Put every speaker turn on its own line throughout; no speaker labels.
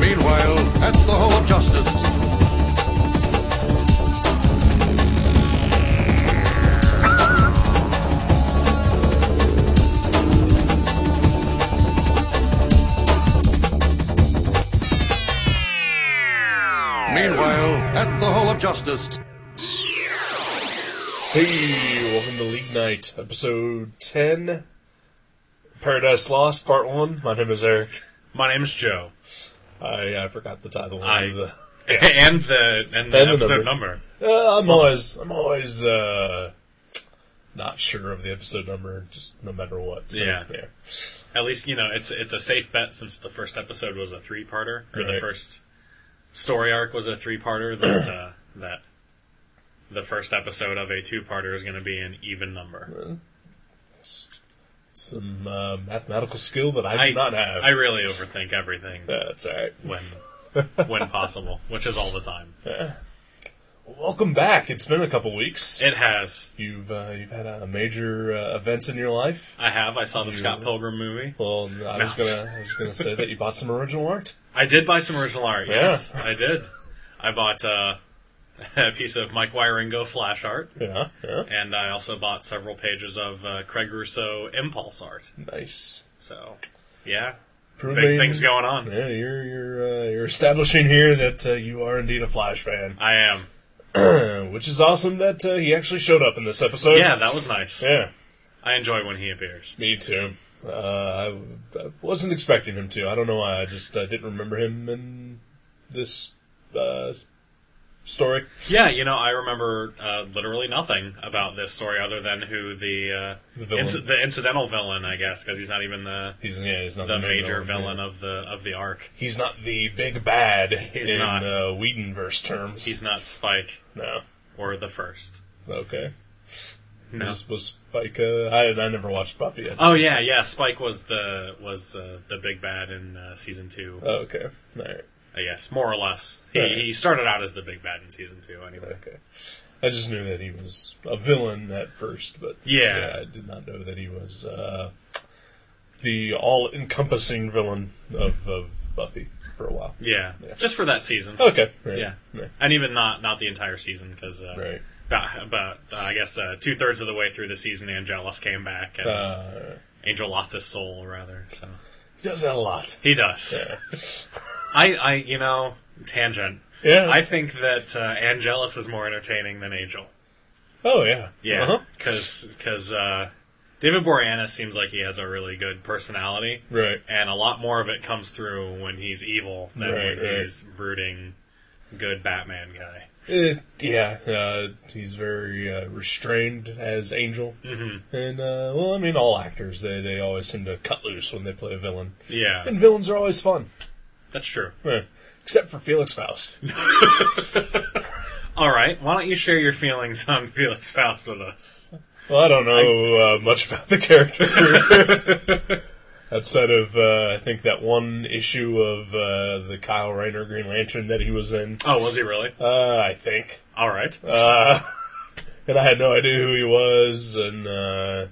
Meanwhile, at the Hall of Justice. Meanwhile, at the Hall of Justice.
Hey, welcome to League Night, episode 10, Paradise Lost, part 1. My name is Eric.
My name is Joe,
I, I forgot the title.
I-
of the,
and the and the
And the
episode
number.
number.
Uh, I'm always, I'm always, uh, not sure of the episode number, just no matter what. so,
Yeah. At least you know it's it's a safe bet since the first episode was a three parter, or the
Right.
first story arc was a three parter. That uh, that the first episode of a two parter is going to be an even number.
Some, uh, mathematical skill that I,
I
do not have.
I really overthink everything
Yeah, that's alright.
when when possible, which is all the time.
Welcome back. It's been a couple weeks.
It has.
you've, uh, you've had uh, major, uh, events in your life.
I have. I
Mm-hmm.
saw the Scott Pilgrim movie.
Well, I was gonna, I was gonna say that you bought some original art.
I did buy some original art.
Yeah.
Yes, I did. I bought uh, a piece of Mike Wieringo flash art.
Yeah, yeah.
and I also bought several pages of uh, Craig Rousseau impulse art.
Nice.
So, yeah,
Proving,
big things going on.
Yeah, you're you're uh, you're establishing here that uh, you are indeed a Flash fan,
I am.
which is awesome that uh, he actually showed up in this episode.
Uh-huh. Yeah, that was nice.
yeah,
I enjoy when he appears.
me too. Uh, I, I wasn't expecting him to. I don't know why. I just uh, didn't remember him in this uh, story.
Yeah, you know, I remember uh, literally nothing about this story other than who the uh,
The villain.
inci- the incidental villain, I guess, because he's not even the
He's yeah, he's not
the
main
major
yeah.
villain of the of the arc.
He's not the big bad
He's
in
not.
Uh, Whedonverse terms.
He's not Spike
no.
or the first.
Okay.
No.
Was, was Spike? Uh, I I never watched Buffy. I
Oh yeah, yeah. Spike was the was uh, the big bad in uh, season two.
Oh, Okay. All right.
I guess more or less. He,
Right.
he started out as the big bad in season two, anyway.
Okay. I just knew that he was a villain at first, but
Yeah.
I did not know that he was uh, the all-encompassing villain of, of Buffy for a while.
Yeah,
Yeah. Oh.
just for that season.
Okay. Right.
Yeah,
Right.
and even not not the entire season because uh,
Right.
about, about uh, I guess uh, two thirds of the way through the season, Angelus came back and
Uh,
Angel lost his soul rather. So
he does that a lot.
he does. I I you know tangent.
Yeah.
I think that uh, Angelus is more entertaining than Angel.
oh yeah. Uh-huh.
Yeah, because uh, David Boreanaz seems like he has a really good personality.
Right.
and a lot more of it comes through when he's evil than
Right,
when
right.
he's brooding good Batman guy.
Uh, yeah. Uh, he's very uh, restrained as Angel, mm-hmm. and uh, well, I mean, all actors they they always seem to cut loose when they play a villain,
Yeah,
and villains are always fun,
that's true.
Yeah. except for Felix Faust.
All right, why don't you share your feelings on Felix Faust with us?
Well, I don't know uh, much about the character outside of uh, I think that one issue of uh, the Kyle Rayner Green Lantern that he was in.
Oh, was he really?
Uh, I think,
All right.
uh, and I had no idea who he was, and uh,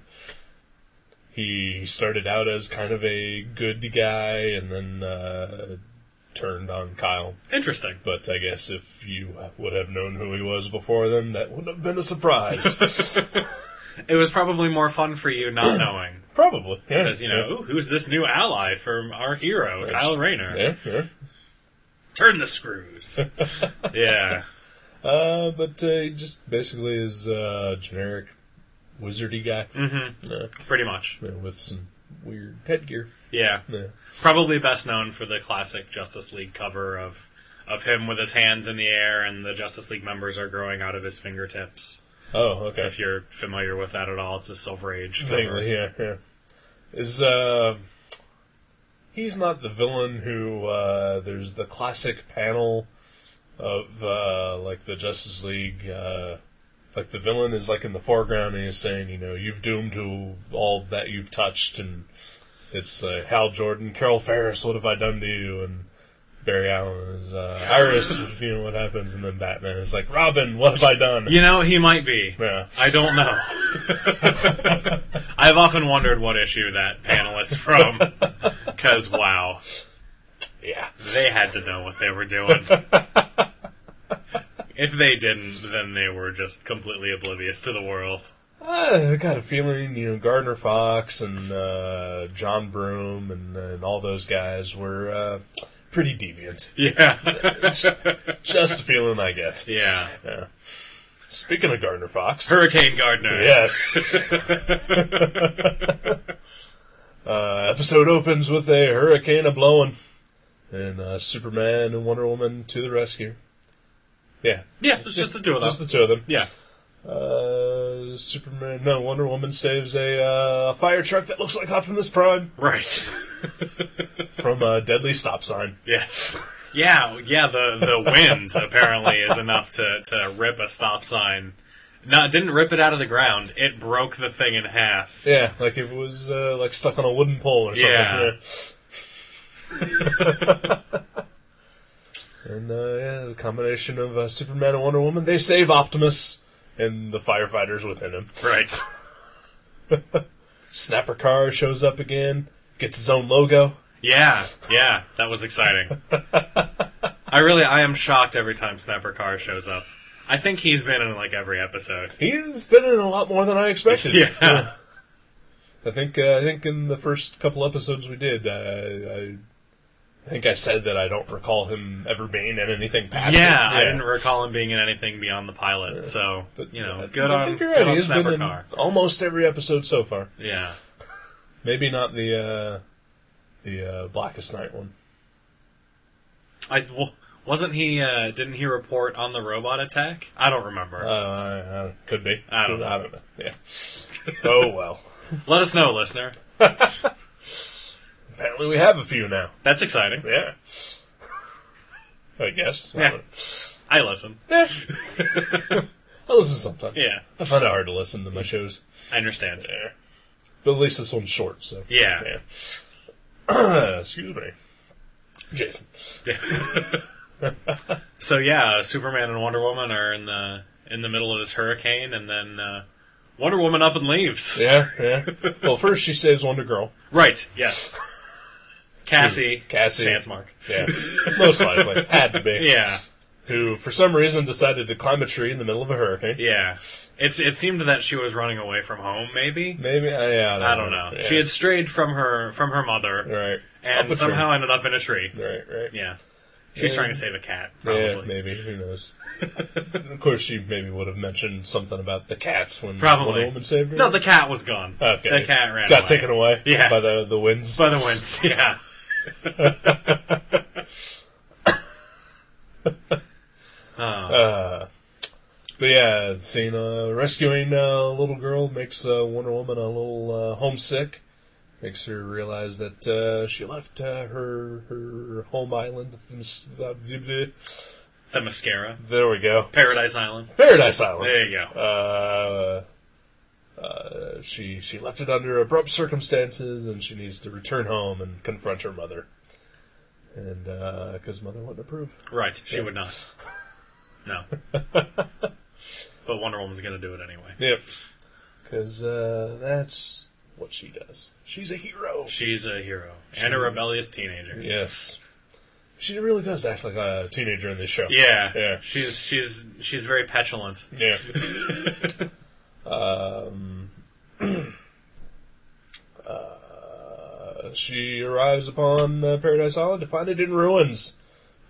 he started out as kind of a good guy, and then uh, turned on Kyle.
Interesting.
But I guess if you would have known who he was before then, that wouldn't have been a surprise.
It was probably more fun for you not knowing.
Probably, yeah.
Because, you know, "Ooh, who's this new ally from our hero, Kyle Rayner?
yeah, yeah.
Turn the screws. yeah.
Uh, but uh, he just basically is uh, generic wizardy guy
Mm-hmm. Pretty much.
uh, with some weird headgear.
Yeah.
Yeah.
probably best known for the classic Justice League cover of of him with his hands in the air and the Justice League members are growing out of his fingertips.
Oh, okay.
If you're familiar with that at all, it's the Silver Age cover.
Vaguely, yeah, yeah. Is uh, he's not the villain who uh, there's the classic panel of uh, like the Justice League. Uh, like the villain is like in the foreground and he's saying, you know, you've doomed to all that you've touched and It's uh, Hal Jordan, Carol Ferris, what have I done to you? And Barry Allen is uh, Iris, you know what happens, and then Batman is like Robin, what have I done?
You know, he might be.
Yeah.
I don't know. I've often wondered what issue that panel is from. Because, wow,
yeah.
they had to know what they were doing. If they didn't, then they were just completely oblivious to the world.
I Uh, got a feeling, you know, Gardner Fox and uh, John Broom and, and all those guys were uh, pretty deviant.
Yeah.
Just a feeling I get.
yeah.
Yeah. Speaking of Gardner Fox,
Hurricane Gardner.
yes. uh, episode opens with a hurricane a blowing, and uh, Superman and Wonder Woman to the rescue. Yeah,
Yeah, it's just the two of them.
just the two of them.
yeah.
Uh, Superman, no, Wonder Woman saves a uh, fire truck that looks like Optimus Prime
Right.
from a deadly stop sign.
Yes. Yeah, yeah, the, the wind apparently is enough to, to rip a stop sign. No, it didn't rip it out of the ground. It broke the thing in half.
Yeah, like if it was uh, like stuck on a wooden pole or something.
Yeah.
and uh, yeah, the combination of uh, Superman and Wonder Woman, they save Optimus and the firefighters within him.
Right.
Snapper Car shows up again, gets his own logo.
Yeah, yeah, that was exciting. I really, I am shocked every time Snapper Carr shows up. I think he's been in like every episode.
He's been in a lot more than I expected.
Yeah.
I think uh, I think in the first couple episodes we did, uh, I, I think I said that I don't recall him ever being in anything
Yeah,
past. it.
I didn't recall him being in anything beyond the pilot, so,
But,
you
uh,
know, good
I
on,
think you're
good
right.
on
He's been
Snapper
in
Carr.
almost every episode so far.
Yeah.
Maybe not the uh, the uh, Blackest Night one.
I, well, wasn't he, uh, didn't he report on the robot attack? I don't remember.
Uh, I- I- could be.
I don't know.
I don't know. Yeah. oh well.
Let us know, listener.
Apparently we have a few now.
That's exciting.
Yeah. I guess.
Yeah. I listen.
Eh. I listen sometimes.
Yeah.
I find it hard to listen to my shows.
I understand.
Yeah. But at least this one's short, so.
Yeah.
Yeah. Excuse me. Jason.
So yeah, uh, Superman and Wonder Woman are in the in the middle of this hurricane, and then uh, Wonder Woman up and leaves.
Yeah, yeah. well, first she saves Wonder Girl.
Right. Yes. Cassie.
Cassie.
Sandsmark.
Yeah. Most likely. Had to be.
Yeah.
Who, for some reason, decided to climb a tree in the middle of a hurricane.
Yeah. It's it seemed that she was running away from home. Maybe.
Maybe, I, yeah, I don't,
I don't know.
Yeah.
She had strayed from her from her mother,
Right. Up a
and somehow
tree.
ended up in a tree.
Right, right.
Yeah. She was
Yeah.
trying to save a cat,
Yeah,
probably.
maybe. Who knows? of course, she maybe would have mentioned something about the cats when
Probably.
Wonder Woman saved her.
no, the cat was gone.
okay.
The cat ran
Got
away.
taken away
Yeah.
by the, the winds.
by the winds. Yeah. Ah,
Uh, But yeah, seeing uh, rescuing uh, little girl makes uh, Wonder Woman a little uh, homesick. Makes her realize that uh, she left uh, her her home island.
The mascara.
There we go.
Paradise Island.
Paradise Island.
There you go.
Uh, uh, she she left it under abrupt circumstances, and she needs to return home and confront her mother. And because mother wouldn't approve.
Right. She would not. No. but Wonder Woman's gonna do it anyway.
Yep. Because uh, that's what she does. She's a hero.
She's a hero and a rebellious teenager.
Yes. She really does act like a teenager in this show.
Yeah.
Yeah.
She's she's she's very petulant.
Yeah. um, uh, she arrives upon uh, Paradise Island to find it in ruins.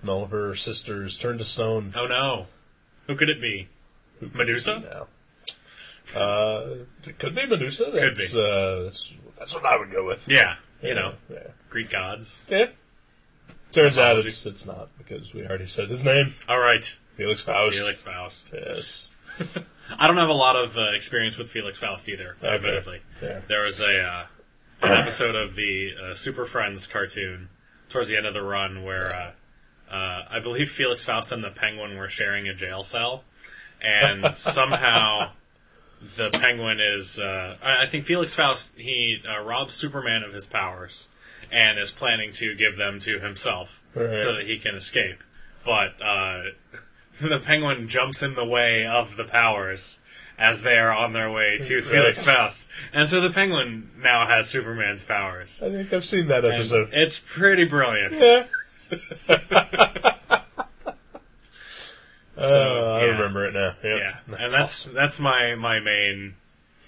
And all of her sisters turn to stone.
Oh no. Who could it be? Medusa?
Now. Uh, it could be Medusa. That's,
be.
Uh, that's, that's what I would go with.
Yeah. You know.
Yeah.
Greek gods.
yeah. Turns out it's, it's not, because we already said his name.
Alright.
Felix Faust.
Felix Faust.
Yes.
I don't have a lot of uh, experience with Felix Faust either,
Okay.
admittedly.
Yeah.
There was a uh, an episode of the uh, Super Friends cartoon towards the end of the run where uh, uh, I believe Felix Faust and the Penguin were sharing a jail cell, and somehow the Penguin is. Uh, I I think Felix Faust he uh, robs Superman of his powers and is planning to give them to himself
Right.
so that he can escape. But uh, the Penguin jumps in the way of the powers as they are on their way to Felix Faust, and so the Penguin now has Superman's powers.
I think I've seen that
And
episode.
It's pretty brilliant.
Yeah.
So,
Uh, I
yeah.
remember it now. Yep.
Yeah, and that's that's my my main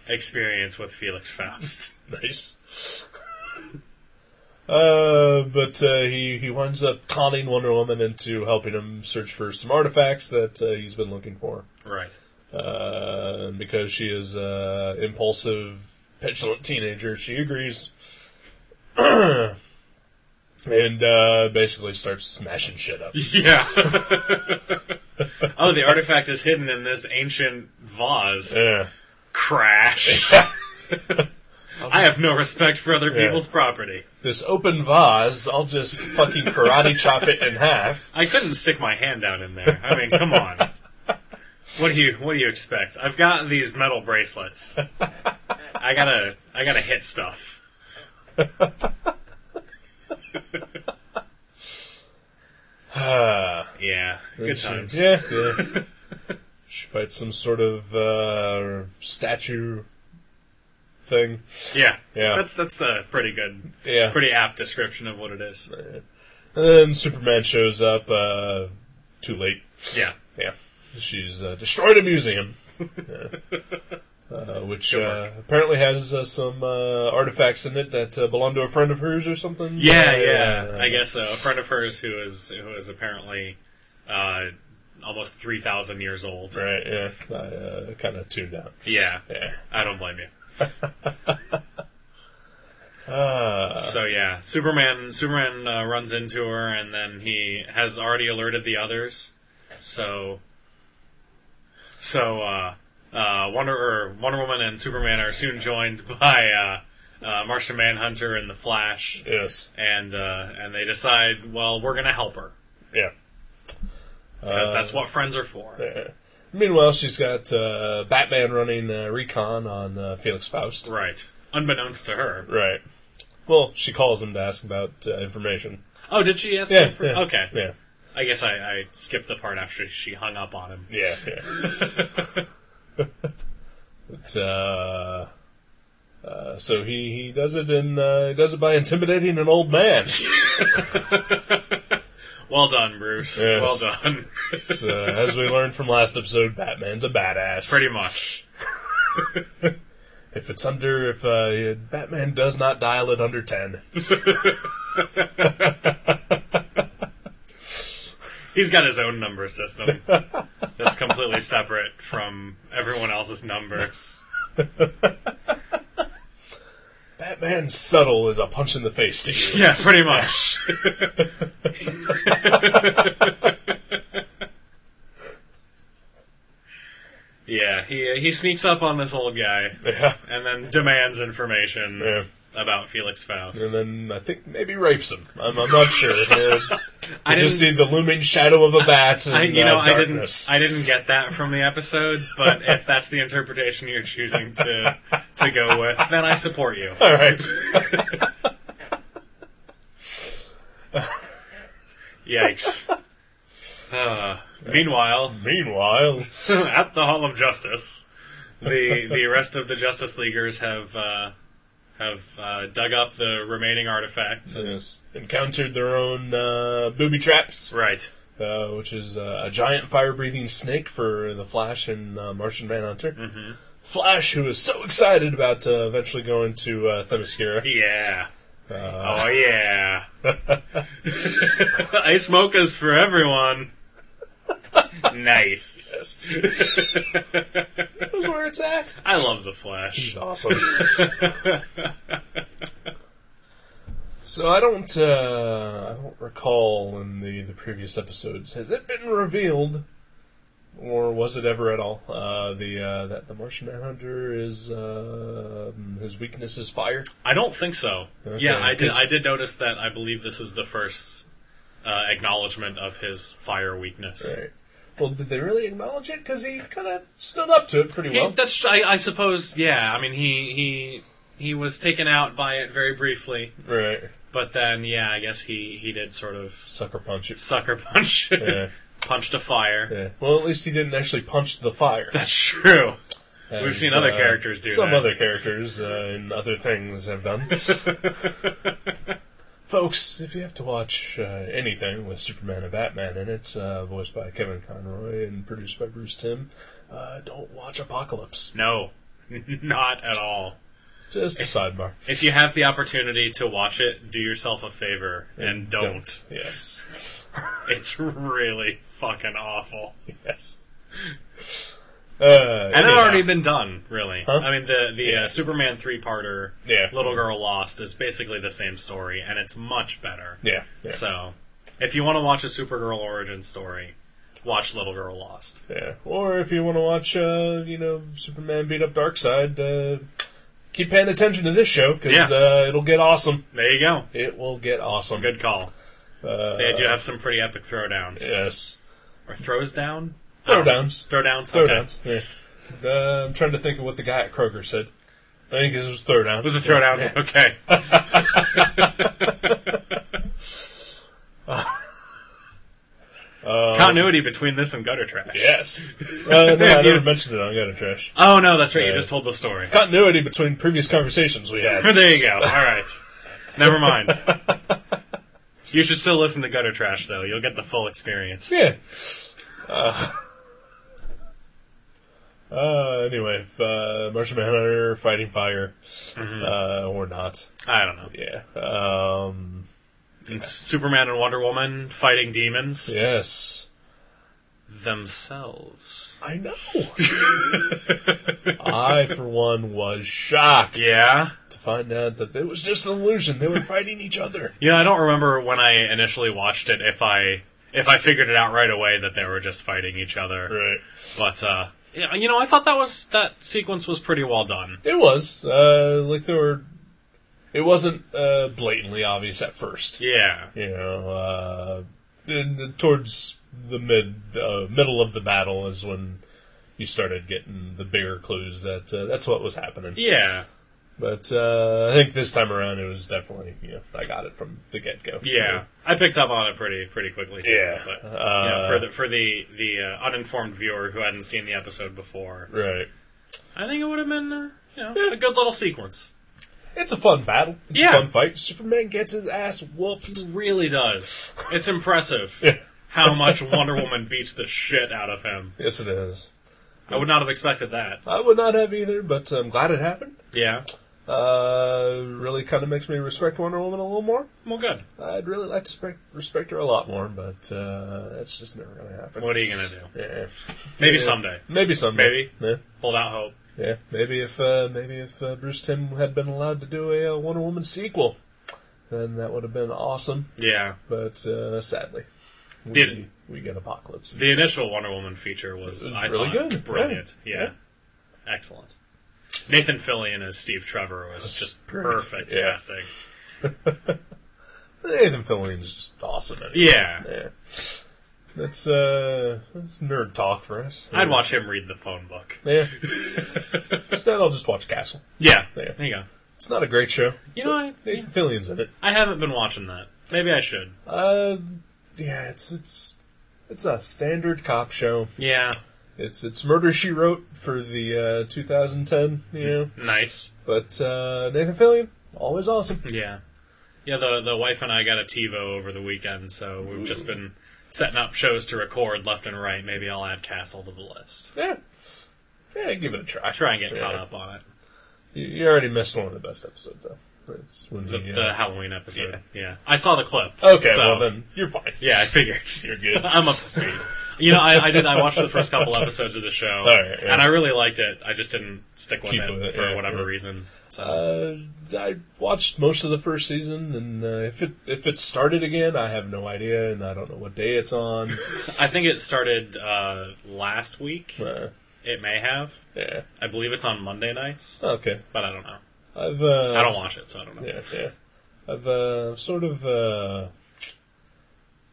experience with Felix Faust.
nice. Uh, but uh, he he winds up conning Wonder Woman into helping him search for some artifacts that uh, he's been looking for.
right.
Uh, and because she is a impulsive, petulant teenager, she agrees, and uh, basically starts smashing shit up.
Yeah. oh, the artifact is hidden in this ancient vase.
Yeah.
Crash. I have no respect for other people's property.
This open vase, I'll just fucking karate chop it in half.
I couldn't stick my hand down in there. I mean, come on. What do you what do you expect? I've got these metal bracelets. I gotta I gotta hit stuff. yeah, good times.
Yeah. yeah. she fights some sort of uh, statue thing.
Yeah,
Yeah.
That's that's a pretty good,
Yeah.
pretty apt description of what it is.
And then Superman shows up uh, too late.
Yeah,
Yeah. She's uh, destroyed a museum. Yeah. Uh, which uh,
work.
apparently has uh, some uh, artifacts in it that uh, belong to a friend of hers or something.
yeah, yeah. I guess so. a friend of hers who is who is apparently uh, almost three thousand years old.
Right, yeah. I uh, kind of tuned out.
Yeah,
Yeah.
I don't blame you.
Uh.
so yeah, Superman Superman uh, runs into her, and then he has already alerted the others. So, so uh, uh, Wonder or Wonder Woman and Superman are soon joined by uh, uh, Martian Manhunter and the Flash,
Yes.
and uh, and they decide, well, we're gonna help her
Yeah. Uh.
because that's what friends are for.
Meanwhile, she's got uh, Batman running uh, recon on uh, Felix Faust.
Right. Unbeknownst to her.
Right. Well, she calls him to ask about uh, information.
Oh, did she ask
Yeah,
him for?
yeah,
okay.
Yeah.
I guess I, I skipped the part after she hung up on him.
Yeah. yeah. but, uh, uh, so he, he does it in uh, he does it by intimidating an old man.
Well done, Bruce.
Yes.
Well done.
So, as we learned from last episode, Batman's a badass.
Pretty much.
If it's under if uh, Batman does not dial it under ten.
He's got his own number system that's completely separate from everyone else's numbers.
Batman's subtle is a punch in the face to you.
Yeah, pretty much. yeah, he he sneaks up on this old guy
Yeah.
and then demands information
Yeah.
about Felix Faust.
and then I think maybe rapes him. I'm, I'm not sure. Uh,
I
I
didn't
just see the looming shadow of a bat. And,
I, you know,
uh,
I didn't,
darkness.
I didn't get that from the episode. But if that's the interpretation you're choosing to to go with, then I support you.
All right.
Yikes. Uh, meanwhile,
Meanwhile,
at the Hall of Justice, the the rest of the Justice Leaguers have uh, have uh, dug up the remaining artifacts.
yes, encountered their own uh, booby traps,
Right.
uh, which is uh, a giant fire-breathing snake for the Flash and uh, Martian Manhunter. Mm-hmm. Flash, who is so excited about uh, eventually going to uh, Themyscira.
Yeah. oh yeah. Ice mochas for everyone. Nice.
That's where it's at.
I love the Flash.
She's awesome. so I don't, uh, I don't recall in the, the previous episodes. Has it been revealed, or was it ever at all? Uh, the uh, that the Martian Manhunter is uh, his weakness is fire.
I don't think so. yeah, I did.
'cause-
I did notice that. I believe this is the first uh, acknowledgement of his fire weakness.
well, did they really acknowledge it? Because he kind of stood up to it pretty
He,
well.
that's I, I suppose. Yeah, I mean he he he was taken out by it very briefly,
right.
but then yeah, I guess he he did sort of
Sucker punch it.
sucker punch,
Yeah,
punched a fire.
yeah. Well, at least he didn't actually punch the fire.
That's true.
as,
seen other
uh,
characters do
Some
that.
other characters uh, in other things have done. Folks, if you have to watch uh, anything with Superman and Batman in it, uh, voiced by Kevin Conroy and produced by Bruce Timm, uh, don't watch Apocalypse.
No, not at all.
Just a sidebar.
If you have the opportunity to watch it, do yourself a favor and don't.
Yes.
It's really fucking awful.
Yes. Uh,
And it
anyhow.
already been done, really.
Huh?
I mean, the the
Yeah.
uh, Superman three parter,
Yeah.
Little Girl Lost, is basically the same story, and it's much better.
Yeah. yeah,
So, if you want to watch a Supergirl origin story, watch Little Girl Lost.
yeah. Or if you want to watch, uh, you know, Superman beat up Darkseid, uh, keep paying attention to this show because
Yeah.
uh, it'll get awesome.
There you go.
It will get awesome.
Good call.
Uh,
They do have some pretty epic throwdowns
Yes.
or throws down.
Throwdowns.
Throwdowns. Okay.
Throwdowns. Yeah. Uh, I'm trying to think of what the guy at Kroger said. I think it was throwdown.
It was a throwdowns. Okay.
Uh,
Continuity between this and gutter trash.
Yes. Uh, no, I never mentioned it on Got a Trash.
Oh no, that's right. You
Yeah.
just told the story.
Continuity between previous conversations we had.
there you go. All right. Never mind. You should still listen to gutter trash though. You'll get the full experience.
Yeah. Uh, uh, anyway, if, uh, Martian Manhunter fighting fire, uh, or not.
I don't know.
Yeah. Um,
And Superman and Wonder Woman fighting demons
yes.
themselves.
I know. I, for one, was shocked.
Yeah.
to find out that it was just an illusion. They were fighting each other.
Yeah, I don't remember when I initially watched it if I if I figured it out right away that they were just fighting each other.
Right.
But uh yeah, you know, I thought that was that sequence was pretty well done.
It was uh, like there were. It wasn't uh, blatantly obvious at first.
Yeah.
You know, uh, in- towards the mid uh, middle of the battle is when you started getting the bigger clues that uh, that's what was happening.
Yeah.
But uh, I think this time around it was definitely you know I got it from the get go.
Yeah. I picked up on it pretty pretty quickly too.
Yeah.
But you
Uh,
know, for the for the the uh, uninformed viewer who hadn't seen the episode before,
Right.
I think it would have been uh, you know,
Yeah.
a good little sequence.
It's a fun battle. It's
Yeah.
a fun fight. Superman gets his ass whooped.
It really does. It's impressive
Yeah.
how much Wonder Woman beats the shit out of him.
Yes, it is.
I would not have expected that.
I would not have either, but I'm glad it happened.
Yeah.
Uh, really kind of makes me respect Wonder Woman a little more.
Well, good.
I'd really like to spec- respect her a lot more, but uh, that's just never going to happen.
What are you gonna do?
Yeah.
Maybe
Yeah.
someday.
Maybe someday.
Maybe.
Yeah.
Hold out hope.
Yeah. Maybe if uh, maybe if uh, Bruce Tim had been allowed to do a uh, Wonder Woman sequel, then that would have been awesome.
Yeah.
But uh, sadly, we
Didn't.
we get Apocalypse?
The initial Wonder Woman feature was,
It was
I
really
thought,
good.
brilliant.
Yeah.
Yeah. excellent. Nathan Fillion as Steve Trevor was just
great.
perfect
Yeah.
casting.
Nathan Fillion's just awesome. Anyway.
Yeah.
Yeah. That's uh, that's nerd talk for us.
I'd watch him read the phone book.
Yeah. Instead, I'll just watch Castle.
Yeah,
Yeah.
there you go.
It's not a great show.
You know, I,
Nathan Fillion's in it.
I haven't been watching that. Maybe I should.
Uh, yeah, it's it's it's a standard cop show.
Yeah,
It's it's Murder She Wrote for the uh, 2010, you know.
nice.
But uh, Nathan Fillion, always awesome.
Yeah, yeah. The the wife and I got a TiVo over the weekend, so we've just been setting up shows to record left and right. Maybe I'll add Castle to the list.
Yeah, yeah, give it a try.
I try and get caught
Yeah.
up on it.
You, you already missed one of the best episodes though. It's when
The,
he, uh,
the Halloween episode. Yeah. I saw the clip.
okay,
so-
well then you're fine.
Yeah, I figured.
You're good.
I'm up to speed. You know, I, I did. I watched the first couple episodes of the show,
right, yeah.
and I really liked it. I just didn't stick with
Keep
it
with it,
for
yeah,
whatever
yeah.
reason. So
Uh, I watched most of the first season, and uh, if it if it started again, I have no idea, and I don't know what day it's on.
I think it started uh, last week.
Uh,
It may have.
yeah,
I believe it's on Monday nights,
okay.
but I don't know.
I've uh,
I don't watch it, so I don't know.
Yeah, yeah. I've uh, sort of uh,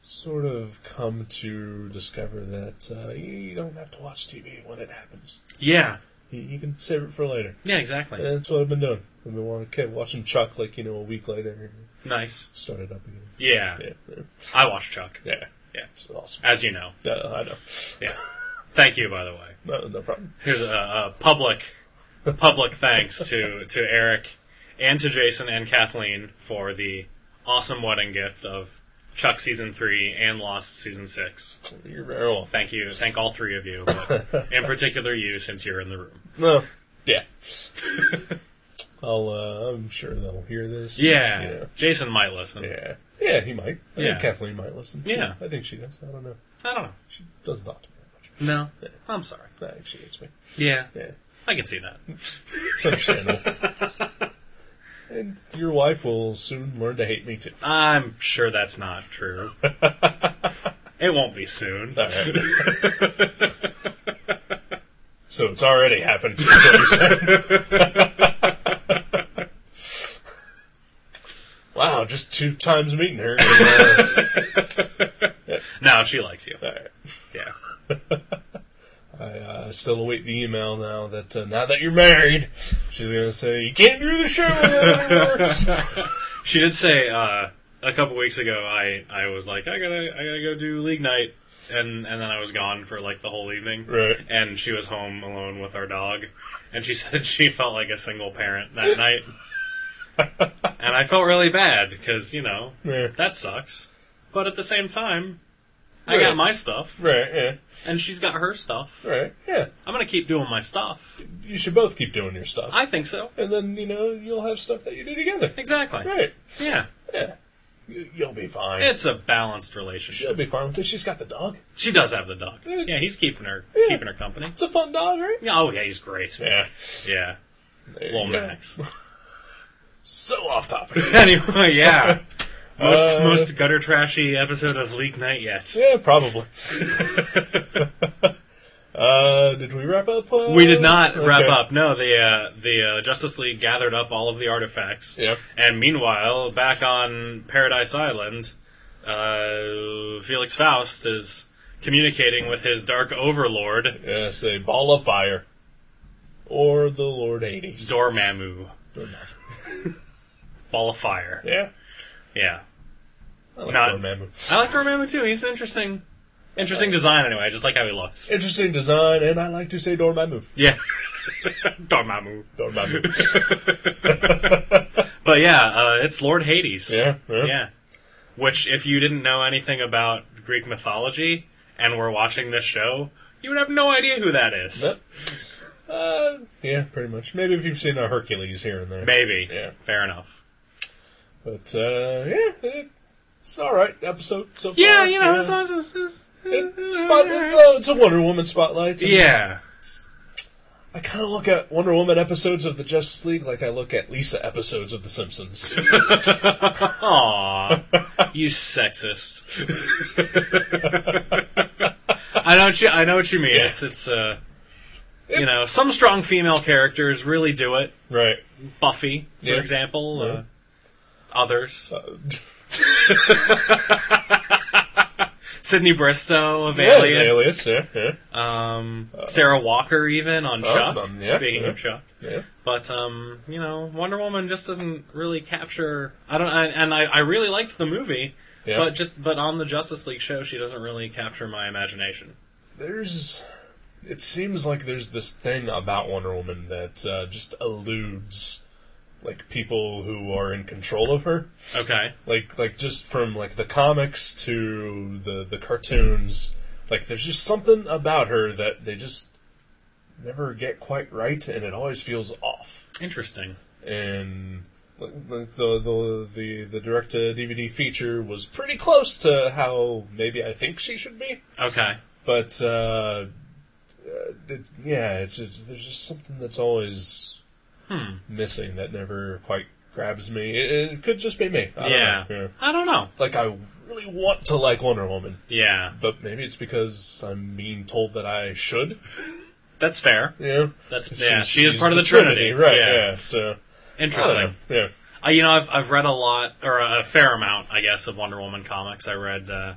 sort of come to discover that uh, you, you don't have to watch TV when it happens.
Yeah.
You, you can save it for later.
Yeah, exactly.
And that's what I've been doing. I've been wa- kept watching Chuck like you know a week later and
Nice.
started up again.
Yeah.
Yeah, yeah,
I watch Chuck,
yeah.
Yeah.
It's awesome.
as you know.
Yeah, I know.
Yeah. Thank you, by the way.
No, no problem.
Here's a, a public, public thanks to to Eric and to Jason and Kathleen for the awesome wedding gift of Chuck season three and Lost season six.
You're very well.
Thank you. Thank all three of you, but in particular you, since you're in the room.
No. Yeah. I'll. Uh, I'm sure they'll hear this.
Yeah.
Yeah.
Jason might listen.
Yeah. Yeah, he might. I
Yeah.
think Kathleen might listen. too.
Yeah.
I think she does. I don't know.
I don't know.
She does not talk very much.
No. I'm sorry.
That actually hates me.
Yeah.
Yeah.
I can see that.
It's understandable. and your wife will soon learn to hate me too.
I'm sure that's not true. it won't be soon.
All right. so it's already happened. is what you're saying. wow, just two times meeting her. and, uh,
No, she likes you.
all right.
Yeah.
I uh, still await the email now that uh, now that you're married, she's gonna say you can't do the show anymore.
She did say uh, a couple weeks ago. I, I was like, I gotta I gotta go do league night, and and then I was gone for like the whole evening.
Right.
And she was home alone with our dog, and she said she felt like a single parent that night. and I felt really bad because you know
Yeah.
that sucks, but at the same time, I
Right.
got my stuff
right? Yeah.
and she's got her stuff.
Right. Yeah.
I'm gonna keep doing my stuff.
You should both keep doing your stuff,
I think so.
and then you know you'll have stuff that you do together.
Exactly.
Right.
Yeah.
Yeah. You, you'll be fine.
It's a balanced relationship.
She'll be fine with this. She's got the dog.
She does have the dog.
It's-
yeah, he's keeping her
Yeah.
keeping her company.
It's a fun dog, right?
Yeah, oh yeah, he's great. Yeah.
Yeah. There
Well,
you go.
Max.
So off topic.
anyway, yeah. Most
Uh,
most gutter trashy episode of League Night yet.
yeah, probably. uh, did we wrap up? Uh,
We did not wrap
okay.
up. No, the uh, the uh, Justice League gathered up all of the artifacts.
Yep.
And meanwhile, back on Paradise Island, uh, Felix Faust is communicating with his dark overlord,
Yeah, say ball of fire, or the Lord Hades.
Dormammu. Ball of Fire.
Yeah.
Yeah.
I like
Not-
Dormammu.
I like Dormammu too. He's an interesting, interesting design anyway. I just like how he looks.
Interesting design, and I like to say Dormammu.
Yeah, Dormammu.
Dormammu.
But yeah, uh, it's Lord Hades.
yeah, yeah.
Yeah. Which, if you didn't know anything about Greek mythology and were watching this show, you would have no idea who that is.
Nope. Uh, yeah, pretty much. Maybe if you've seen a Hercules here and there.
Maybe.
Yeah.
Fair enough.
But, uh, yeah, it- it's alright episode so far.
Yeah, you know, this was. this was-
It's, spot, it's, a, uh, it's a Wonder Woman spotlight. and
yeah.
I kind of look at Wonder Woman episodes of the Justice League like I look at Lisa episodes of The Simpsons.
Aw, you sexist. I know what you. I know what you mean. It's it's uh, you know, some strong female characters really do it.
right.
Buffy, for
Yeah.
example. Uh, others.
Uh,
Sydney Bristow of
yeah, Alias,
Alias.
yeah, yeah.
Um, Sarah Walker, even on Chuck.
um, yeah,
speaking
yeah.
of Chuck.
yeah.
But um, you know, Wonder Woman just doesn't really capture. I don't, I, and I, I really liked the movie,
Yeah.
but just but on the Justice League show, she doesn't really capture my imagination.
there's it seems like there's this thing about Wonder Woman that uh, just eludes like people who are in control of her
Okay,
like like just from like the comics to the the cartoons like there's just something about her that they just never get quite right and it always feels off
interesting.
and like, like, the the the the direct to DVD feature was pretty close to how maybe I think she should be
Okay,
but uh, uh, it, yeah, it's, it's there's just something that's always
Hmm.
missing that never quite grabs me. It, it could just be me. I don't
yeah.
know. yeah.
I don't know.
Like I really want to like Wonder Woman,
Yeah,
but maybe it's because I'm being told that I should.
that's fair.
You know?
That's
She's-
yeah. She is
she's
part of the Trinity,
right? Yeah. So I don't
Interesting.
know. Yeah.
Uh, you know, I've I've read a lot or a fair amount, I guess, of Wonder Woman comics. I read uh,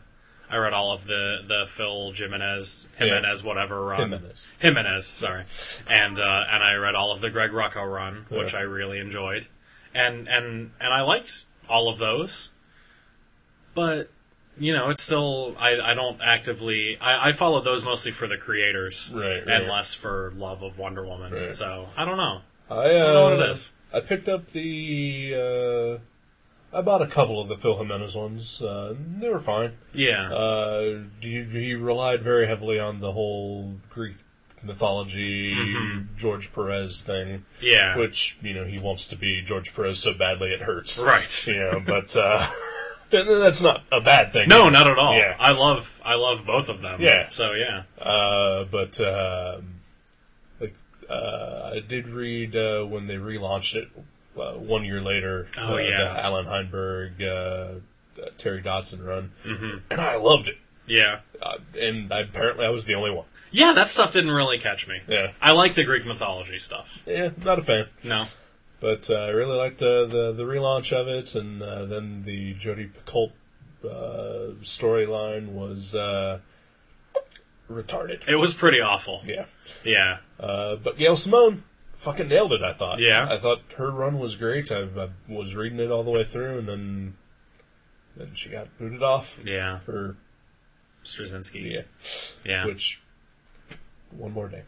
I read all of the the Phil Jimenez Jimenez whatever run
Jimenez.
Jimenez, sorry, and uh, and I read all of the Greg Rucka run, which
Yeah.
I really enjoyed, and and and I liked all of those, but you know it's still I I don't actively I, I follow those mostly for the creators
Right, right.
and less for love of Wonder Woman,
Right.
so I don't know
I,
I
uh,
don't know what it is.
I picked up the. Uh, I bought a couple of the Phil Jimenez ones. Uh, they were fine.
Yeah,
Uh, he, he relied very heavily on the whole Greek mythology George Perez thing,
Mm-hmm. yeah,
which you know he wants to be George Perez so badly it hurts.
right.
You know, but uh, and that's not a bad thing.
No, not at all.
Yeah.
I love I love both of them.
Yeah.
So yeah.
Uh, but um like uh, I did read uh, when they relaunched it uh, one year later.
Oh,
uh,
yeah.
the Alan Heinberg, uh, uh, Terry Dodson run, mm-hmm. and I loved it.
Yeah.
Uh, and I, apparently, I was the only one.
Yeah, that stuff didn't really catch me.
Yeah,
I like the Greek mythology stuff.
yeah, not a fan.
No.
But uh, I really liked uh, the the relaunch of it, and uh, then the Jodie Picoult uh, storyline was uh, retarded.
It was pretty awful.
Yeah.
Yeah.
Uh, but Gail Simone fucking nailed it. I thought.
Yeah.
I thought her run was great. I, I was reading it all the way through, and then then she got booted off
Yeah.
for
Straczynski.
yeah,
Yeah.
which one more day.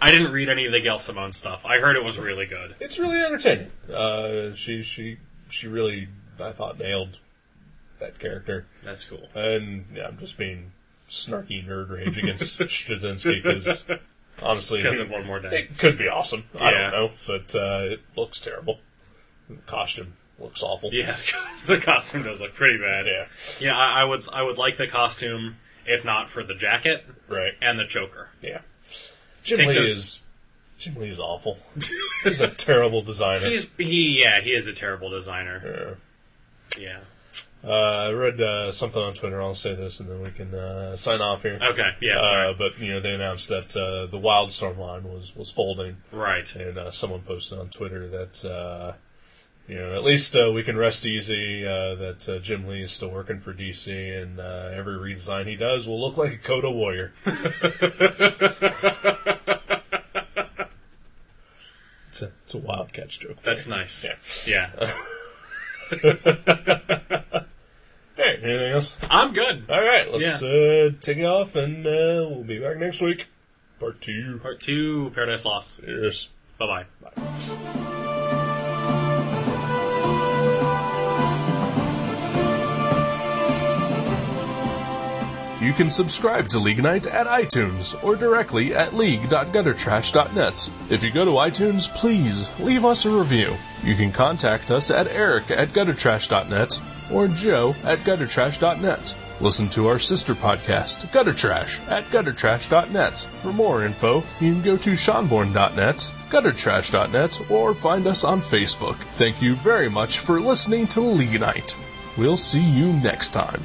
I didn't read any of the Gail Simone stuff. I heard it was really good.
It's really entertaining. Uh, she she she really I thought nailed that character,
That's cool.
and yeah, I'm just being snarky nerd rage against Straczynski because honestly,
Because of one more day.
It could be awesome. I
Yeah.
don't know, but uh, it looks terrible. The costume looks awful.
Yeah, because the costume does look pretty bad.
Yeah.
Yeah, I, I would I would like the costume if not for the jacket
Right.
and the choker.
Yeah. Jim
Take
Lee
those-
is Jim Lee is awful. He's a terrible designer.
He's he yeah, he is a terrible designer.
Yeah.
Yeah.
Uh, I read uh, something on Twitter. I'll say this, and then we can uh, sign off here.
Okay, yeah, sorry.
Uh, but you know, they announced that uh, the Wildstorm line was was folding,
right.
and uh, someone posted on Twitter that uh, you know at least uh, we can rest easy uh, that uh, Jim Lee is still working for DC, and uh, every redesign he does will look like a Coda warrior. it's, a, it's a wild catch joke.
That's nice. Yeah.
Hey, anything else?
I'm good.
All right, let's uh, take it off, and uh, we'll be back next week. Part two.
Part two, Paradise Lost.
Yes.
Bye bye.
You can subscribe to League Night at iTunes or directly at league.guttertrash.net. If you go to iTunes, please leave us a review. You can contact us at eric at guttertrash.net or joe at guttertrash.net. Listen to our sister podcast, Gutter Trash, at guttertrash.net. For more info, you can go to seanborn.net, guttertrash.net, or find us on Facebook. Thank you very much for listening to League Night. We'll see you next time.